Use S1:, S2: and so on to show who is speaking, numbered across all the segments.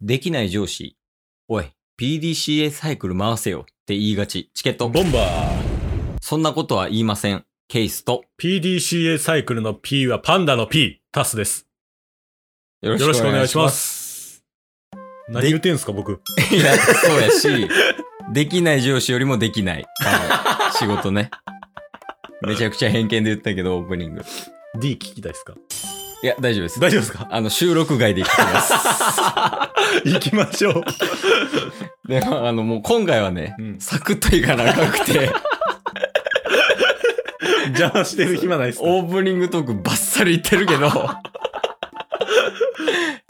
S1: できない上司。おい、PDCA サイクル回せよって言いがち。チケット。
S2: ボンバー
S1: そんなことは言いません。ケイスと。
S2: !PDCA サイクルの P はパンダの P、タスです。
S1: よ。
S2: よろしくお願いしますす。何言ってんすか、僕。
S1: いや、そうやし、 できない上司よりもできない。あの仕事ね。めちゃくちゃ偏見で言ったけど、オープニング。
S2: D 聞きたいですか
S1: いや、大丈夫です。
S2: 大丈夫ですか
S1: あの、収録外で聞きます。
S2: 行きましょう。
S1: で、まああの、もう今回はね、
S2: うん
S1: サクッといかなくて、
S2: 邪魔してる暇ないっすか
S1: オープニングトークバッサリいってる けど、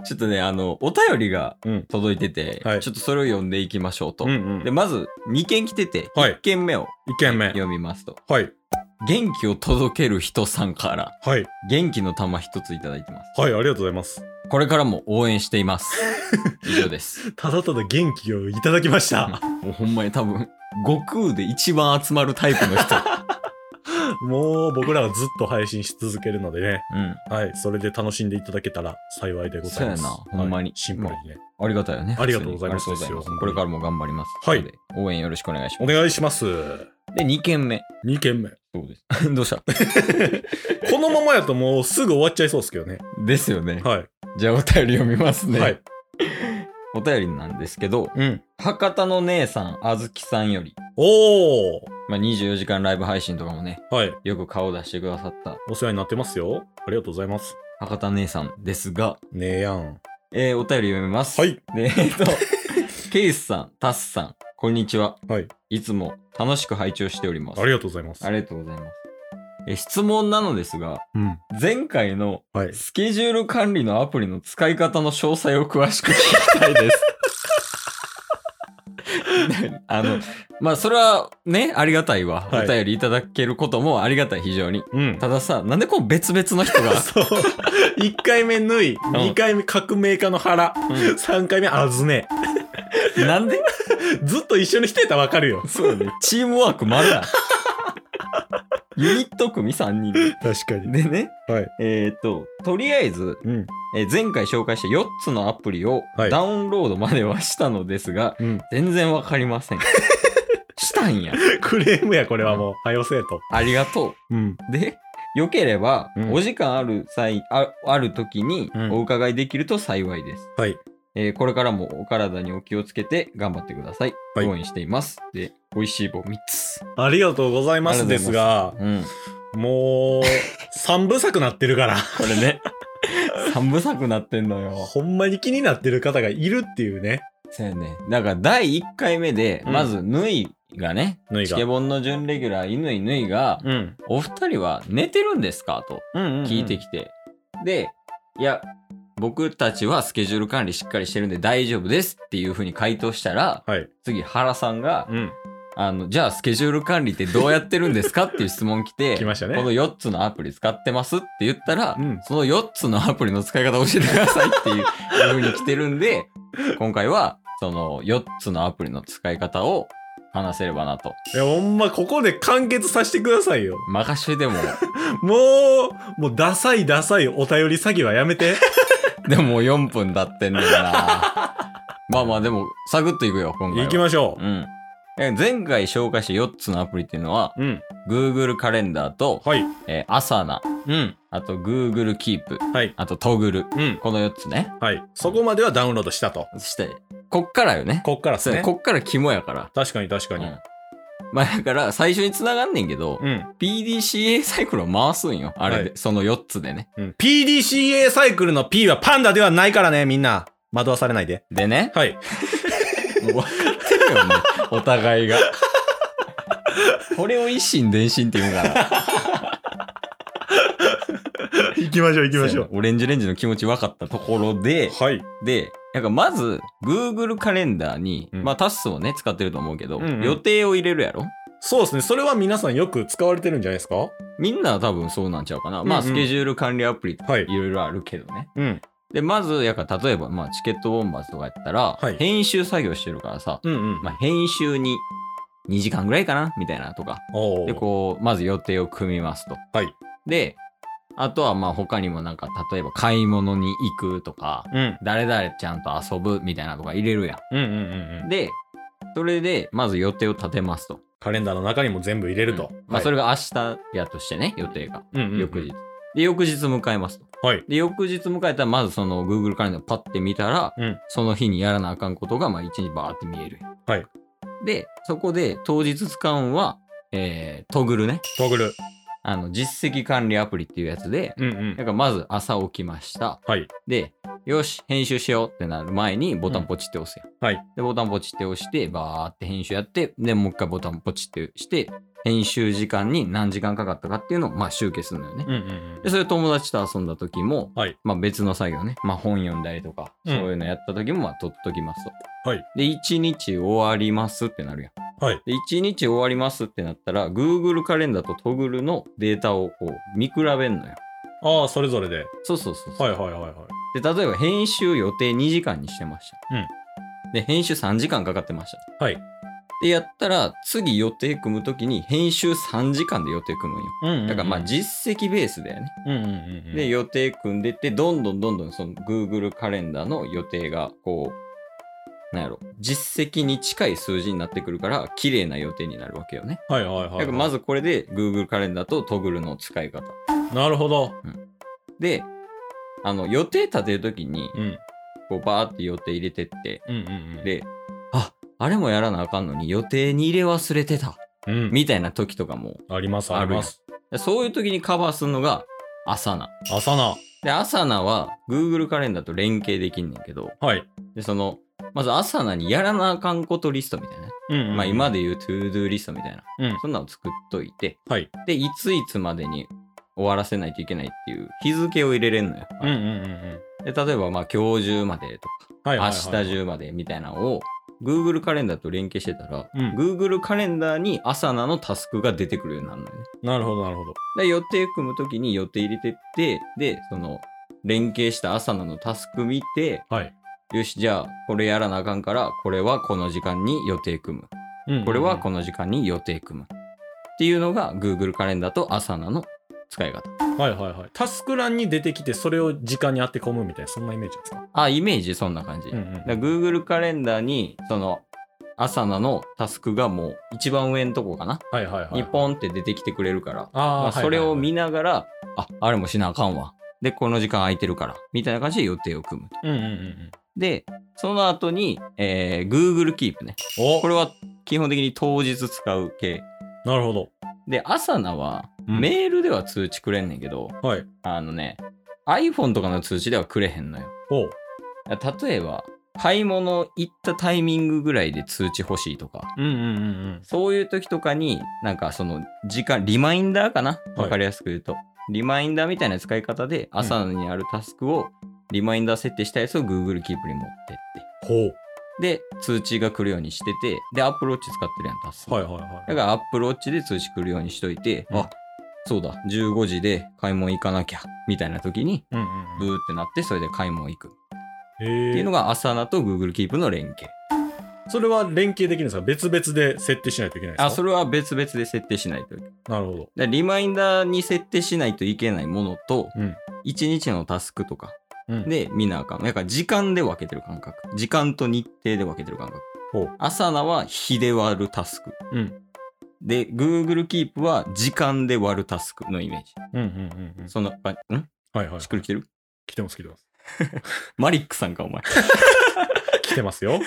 S1: ちょっとね、あの、お便りが
S2: うん
S1: 届いてて、
S2: はい
S1: ちょっとそれを読んでいきましょうと。
S2: うんうん
S1: で、まず、2件来てて、
S2: はい
S1: 1件目を
S2: 一件目。
S1: 読みますと。
S2: はい。
S1: 元気を届ける人さんから、
S2: はい。
S1: 元気の玉一ついただいてます。
S2: はい、ありがとうございます。
S1: これからも応援してい ます。以上です。
S2: ただただ元気をいただきました。
S1: もうほんまに多分、悟空で一番集まるタイプの 人。
S2: もう僕らはずっと配信し続けるのでね。
S1: うん。
S2: はい。それで楽しんでいただけたら幸いでございます。
S1: そうやなほんまに
S2: はいシンプルにね。
S1: ありがたいよね。
S2: ありがとうございます
S1: 普通にありがとうございます
S2: ですよ
S1: これからも頑張ります。
S2: はい
S1: とうことで。応援よろしくお願いし
S2: お
S1: ま
S2: 願いします。
S1: す。で、2件目。
S2: 二件目。
S1: そうです。 どうした
S2: このままやともうすぐ終わっちゃいそうですけどね。
S1: ですよね。
S2: は
S1: じゃあお便り読みます
S2: い。
S1: ね。
S2: はい。
S1: お便りなんですけど、
S2: うん。
S1: 博多の姉さん、あずきさんより、
S2: おー
S1: まあ、24時間ライブ配信とかもね、
S2: はい。
S1: よく顔出してくださった
S2: お世話になってますよ。ありがとうございます。
S1: 博多姉さんですが、
S2: ねえやん。
S1: えー、お便り読みます。
S2: はい。
S1: で、え っと、ケイスさん、タスさん、こんにちは。
S2: はい。
S1: いつも楽しく拝聴しております。
S2: ありがとうございます。
S1: ありがとうございます。え質問なのですが、
S2: うん。
S1: 前回の
S2: はい。
S1: スケジュール管理のアプリの使い方の詳細を詳しく聞きたい です。あの、まあ、それはね、ありがたいわ。
S2: はい
S1: お便りいただけることもありがたい、非常に。
S2: うん。、
S1: たださ、なんでこう別々の人が
S2: そう。1回目縫い、2回目革命家の腹、
S1: う
S2: 3回目あずね。
S1: んなんで
S2: ずっと一緒にしてたらわかるよ。
S1: そうね。チームワークまだ。ユニット組3人 で。
S2: 確かに。
S1: でね、
S2: はい。
S1: えーっと、とりあえず、
S2: うん。
S1: えー前回紹介した4つのアプリを
S2: はい
S1: ダウンロードまではしたのですが、
S2: うん。
S1: 全然わかりません。 したんや。
S2: クレームや、これはもう。はよせえと。
S1: ありがと
S2: うん。
S1: う。で、良ければ、
S2: うん
S1: お時間ある際、あある時に
S2: うん
S1: お伺いできると幸いです。
S2: はい。
S1: えーこれからもお体にお気をつけて頑張ってください。
S2: はい
S1: 応援しています。で、美味しい棒3つ。
S2: ありがとうございますですが、
S1: うん。
S2: もう、三部作なってるから。
S1: これね、 三部作なってんのよ。
S2: ほんまに気になってる方がいるっていうね。
S1: そうやね。だから第1回目で、
S2: うん
S1: まず、ぬいがね、
S2: ぬいが
S1: チケボンの準レギュラー、犬いぬいが、
S2: うん。
S1: お二人は寝てるんですかと
S2: うん、
S1: 聞いてきて。で、いや、僕たちはスケジュール管理しっかりしてるんで大丈夫ですっていうふうに回答したら、
S2: はい。
S1: 次、原さんが、
S2: うん。
S1: あの、じゃあスケジュール管理ってどうやってるんですかっていう質問来て、
S2: 来ましたね
S1: この4つのアプリ使ってますって言ったら、
S2: うん
S1: その4つのアプリの使い方教えてくださいっていう 風に来てるんで、今回はその4つのアプリの使い方を話せればなと。
S2: いや、ほんま、ここで完結させてくださいよ。
S1: 任せても、
S2: もう、もう、ダサいダサいお便り詐欺はやめ て。
S1: でももう4分経ってんのよな。まあまあでも、サクッといくよ、今回は。
S2: 行きましょ
S1: うん。え前回紹介した4つのアプリっていうのは、
S2: う。うん。
S1: Google カレンダーと、
S2: はい。
S1: えー、アサナ、
S2: うん。
S1: あと Google Keep、
S2: はい。
S1: あとトグル。
S2: うん。
S1: この4つね。
S2: はい。そこまではダウンロードしたと。
S1: そして、こっからよね。
S2: こっからで
S1: そ
S2: す
S1: うね
S2: ね。
S1: こっから肝やから。
S2: 確かに確かに。
S1: うんまあだから、最初に繋がんねんけど、
S2: うん。
S1: PDCA サイクルを回すんよ。あれで、
S2: は
S1: その4つでね。
S2: うん。PDCA サイクルの P はパンダではないからね、みんな。惑わされないで。
S1: でね、
S2: はい。
S1: もう分かってるよね。お互いが。これを一心伝心って言うから。
S2: 行きましょう行きましょ
S1: オレンジレンジの気持ち分かったところで、
S2: う。はい。
S1: で、なんかまず、Google カレンダーに、
S2: うん
S1: まあタスをね、使ってると思うけど、
S2: うんうん
S1: 予定を入れるやろ
S2: そうですね。それは皆さんよく使われてるんじゃないですか
S1: みんなは多分そうなんちゃうかな。まあ、
S2: うんう
S1: ス
S2: ん
S1: ケジュール管理アプリって
S2: はい
S1: いろいろあるけどね。
S2: うん。
S1: で、まず、やから例えば、まあ、チケットボンバーズとかやったら、
S2: はい
S1: 編集作業してるからさ、
S2: うんうん。
S1: まあ、編集に2時間ぐらいかなみたいなとか。
S2: おー
S1: で、こう、まず予定を組みますと。
S2: はい
S1: で、あとはまあ他にもなんか例えば買い物に行くとか
S2: うん。
S1: 誰々ちゃんと遊ぶみたいなとか入れるや。
S2: うんうんうんうんん。
S1: でそれでまず予定を立てますと。
S2: カレンダーの中にも全部入れると。
S1: まあ、そ
S2: れ、
S1: れが明日やとしてね予定が
S2: うんうんうん
S1: 翌日。。で翌日迎えますと。
S2: はい。
S1: で翌日迎えたらまずその Google カレンダーパッて見たら、
S2: うん
S1: その日にやらなあかんことがまあ一日バーって見える。
S2: はい。
S1: でそこで当日使うんは、えー、トグルね
S2: トグル。
S1: あの実績管理アプリっていうやつで、
S2: うんうん
S1: なんかまず朝起きました。
S2: はい。
S1: で、よし、編集しようってなる前にボタンポチって押すやん。
S2: はい。
S1: で、ボタンポチって押して、バーって編集やって、で、もう一回ボタンポチってして、編集時間に何時間かかったかっていうのを、まあ、集計するのよね。
S2: うんうん
S1: で、それ友達と遊んだ時も、
S2: はい
S1: まあ、別の作業ね。まあ、本読んだりとか、
S2: うん
S1: そういうのやった時も、まあ、取っときますと。
S2: はい。
S1: で、1日終わりますってなるやん。
S2: うん。はい。
S1: で、1日終わりますってなったら、Google カレンダーと Toggle のデータをこう、見比べんのよ。
S2: ああ、それぞれで。
S1: そうそうそうそう。
S2: はいはいはいは
S1: で
S2: い。
S1: 例えば編集予定2時間にしてました、で編集3時間かかってました
S2: はい
S1: でやったら次予定組む時に編集3時間で予定組むんよ
S2: うん
S1: だからまあ、実績ベースだよね、
S2: うんうんうんうん。
S1: で、予定組んでってどんどんどんどんその Google カレンダーの予定がこうなんやろ実績に近い数字になってくるから綺麗な予定になるわけよね
S2: はいはいはいはい。
S1: だからまずこれで Google カレンダーと Toggle の使い方
S2: なるほど。
S1: であの予定立てる時に
S2: うん。
S1: こうバーって予定入れてって
S2: うんうんうん。、
S1: で、ああれもやらなあかんのに予定に入れ忘れてた
S2: うん。
S1: みたいな時とかも、
S2: あります
S1: ある
S2: あります。
S1: そういう時にカバーするのがアサナ。
S2: 朝な。
S1: で、アサナは Google カレンダーと連携できんねんけど、
S2: はい。
S1: で、その、まずアサナにやらなあかんことリストみたいなね、
S2: うんうんうん
S1: まあ今で言うトゥードゥーリストみたいな、
S2: うん
S1: そんなの作っといて、
S2: はい。
S1: で、いついつまでに終わらせないといけないっていう日付を入れれんのよ。
S2: うんうんうんうん。
S1: で、例えばまあ今日中までとか、
S2: はいはいはい。
S1: 明日。中までみたいなのを Google カレンダーと連携してたら、
S2: うん
S1: Google カレンダーに朝なのタスクが出てくるようになるのよね。
S2: なるほどなるほど。
S1: で予定組むときに予定入れてって、で、その連携した朝なのタスク見て、
S2: はい。
S1: よし、じゃあこれやらなあかんから、これはこの時間に予定組む。
S2: うんうんうん
S1: これはこの時間に予定組む。っていうのが Google カレンダーと朝なの使い方。
S2: はいはいはい。タスク欄に出てきて、それを時間に当て込むみたいな、そんなイメージですか。
S1: あ、イメージそんな感じ。
S2: うんうんうん
S1: だから Google カレンダーに、その、朝なのタスクがもう一番上のとこかな。
S2: はいはいはい。
S1: にポンって出てきてくれるから、ま
S2: あ
S1: あ
S2: あ、
S1: それを見
S2: ん
S1: ながら、あ、あれもしなあかんわ。で、この時間空いてるから、みたいな感じで予定を組むと。
S2: うんうんうんうん。
S1: で、その後に、えー Google Keep ね。
S2: お
S1: これは基本的に当日使う系。
S2: なるほど。
S1: で、朝菜は、
S2: うん
S1: メールでは通知くれんねんけど、
S2: はい。
S1: あのね、iPhone とかの通知ではくれへんのよ。
S2: おう
S1: 例えば、買い物行ったタイミングぐらいで通知欲しいとか、
S2: うんうんうんうん。
S1: そういう時とかに、なんかその時間、リマインダーかな
S2: はい
S1: わかりやすく言うと。リマインダーみたいな使い方で、朝にあるタスクを、リマインダー設定したやつを Google Keep に持ってっ
S2: ほう。
S1: て。で、通知が来るようにしてて、で、Apple Watch 使ってるやん、タスク。
S2: はいはいは
S1: だ
S2: い。
S1: から Apple Watch で通知来るようにしといて、
S2: うん
S1: あ、そうだ、15時で買い物行かなきゃ、みたいな時に、
S2: うん
S1: ブーってなって、それで買い物行く。っ
S2: うんうん。
S1: て
S2: へ
S1: い
S2: え
S1: うのが、朝なと Google Keep の連携。
S2: それは連携できるんですか別々で設定しないといけないんですか
S1: あ、それは別々で設定しないと。
S2: なるほど。
S1: でリマインダーに設定しないといけないものと、
S2: うん
S1: 一1日のタスクとか
S2: うん、
S1: で見なあかん。なんか時間で分けてる感覚。時間と日程で分けてる感覚
S2: ほう。
S1: 朝菜は日で割るタスク。
S2: うん
S1: で、Google Keep は時間で割るタスクのイメージ。
S2: うんうんうんうん。
S1: その、あん
S2: はいはい。
S1: しっくりきてる
S2: 来てます来てます。
S1: マリックさんか、お前。っ
S2: 来て ますよ。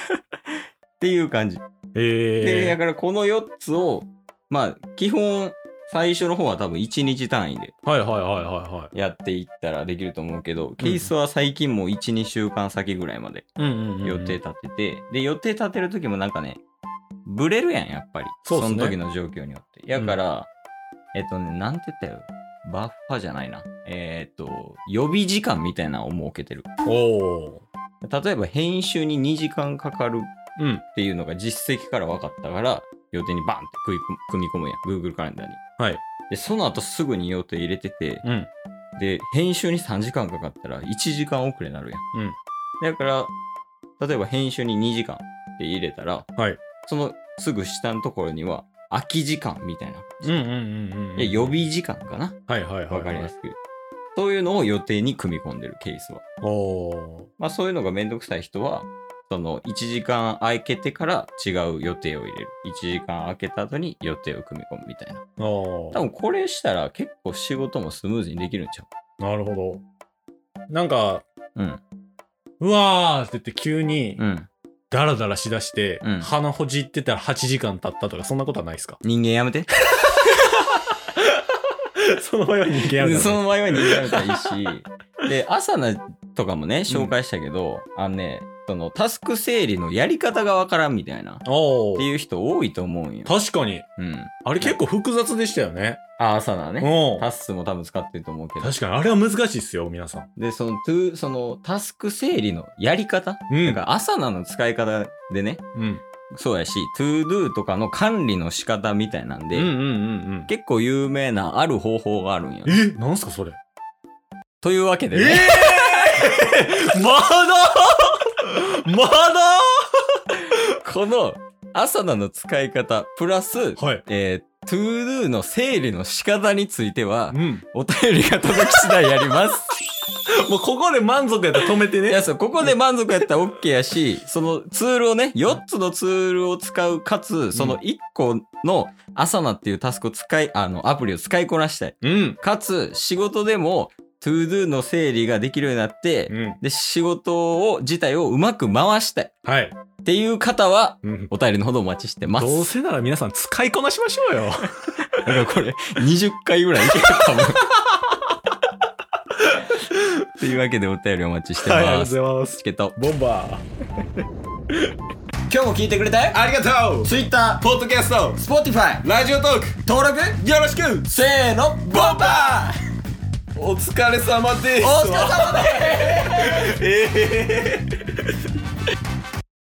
S1: ていう感じ。で、
S2: へ
S1: だ
S2: え。
S1: からこの4つを、まあ、基本、最初の方は多分1日単位で
S2: はいはいはいはいは
S1: やっていったらできると思うけど、ケースは最近もう1、2週間先ぐらいまで
S2: い。うんうんうんうん
S1: 予定。立てて、で予定立てる時もなんかねブレるやんやっぱり
S2: そうっすね
S1: の時の状況によってやから、えっとねなんて言ったよバッファじゃないなえーっと予備時間みたいなのを設けてる
S2: おお。
S1: 例えば編集に2時間かかる
S2: うん。
S1: っていうのが実績から分かったから予定にバンって組み込む組み込むやん Google カレンダーに
S2: はい。
S1: でその後すぐに予定入れてて、
S2: うん。
S1: で編集に3時間かかったら1時間遅れになるやん、
S2: うん
S1: だから例えば編集に2時間って入れたら、
S2: はい
S1: そのすぐ下のところには空き時間みたいな、
S2: うんうんうんうんうん。
S1: で予備時間かな
S2: はいはいはいはい。
S1: わかりやすく、そういうのを予定に組み込んでるケースは。
S2: おー
S1: まあそういうのがめんどくさい人は、その1時間空けてから違う予定を入れる。1時間空けた後に予定を組み込むみたいな。
S2: お
S1: 多
S2: ー
S1: 分これしたら結構仕事もスムーズにできるんちゃ
S2: なるほどなんか
S1: ううん。
S2: うわーって言って急に
S1: うん。
S2: ダラダラしだして、
S1: うん
S2: 鼻ほじってたら8時間経ったとかそんなことはないですか
S1: 人間やめて。
S2: その場合は人間やる
S1: うん
S2: だ
S1: そ
S2: ね
S1: の場合は人間やめたらいい し。で、朝なとかもね、紹介したけど、あのね、そのタスク整理のやり方がわからんみたいな。っ
S2: お
S1: て
S2: ー
S1: いう人多いと思うんよ。
S2: 確かに
S1: うん。
S2: あれ結構複雑でしたよね、
S1: あ、朝なね。
S2: お
S1: タスも多分使ってると思うけど。
S2: 確かにあれは難しいっすよ皆さん
S1: で、その、トゥその、タスク整理のやり方
S2: うん
S1: なんか、朝なの使い方でね、
S2: うん
S1: そうやし、トゥードゥとかの管理の仕方みたいなんで、
S2: うんうんうんうん
S1: 結構有名なある方法があるんよ。
S2: えなんすかそれ
S1: というわけで、ね、
S2: えー、 まだまだ
S1: この、朝なの使い方、プラス、
S2: はい。
S1: えー、トゥードゥの整理の仕方については
S2: う、ん。
S1: お便りが届き次第やります。
S2: もうここで満足やったら止めて
S1: い
S2: ね
S1: や、。そう、ここで満足やったら OK やし、そのツールをね、4つのツールを使う、かつ、その1個のアサナっていうタスクを使い、あの、アプリを使いこなしたい。
S2: うん。
S1: かつ、仕事でも、トゥードゥの整理ができるようになって、
S2: うん。
S1: で、仕事を、自体をうまく回したい。
S2: はい。
S1: っていう方は、
S2: うん。
S1: お便りのほどお待ちしてます。
S2: どうせなら皆さん使いこなしましょうよ。
S1: だからこれ、20回ぐらいいけたかも。というわけでお便りお待ちして
S2: はい、ありがとう
S1: ま
S2: ご
S1: す。チ。
S2: ざいます
S1: ケット。
S2: ボンバー。
S1: 今日も聞いてくれたよ
S2: ありがとう
S1: Twitter、
S2: ポッドキャスト、
S1: Spotify、
S2: ラジオトーク、
S1: 登録
S2: よろしく
S1: せーのボンバー
S2: お疲れ様です
S1: お疲れ様です
S2: ええ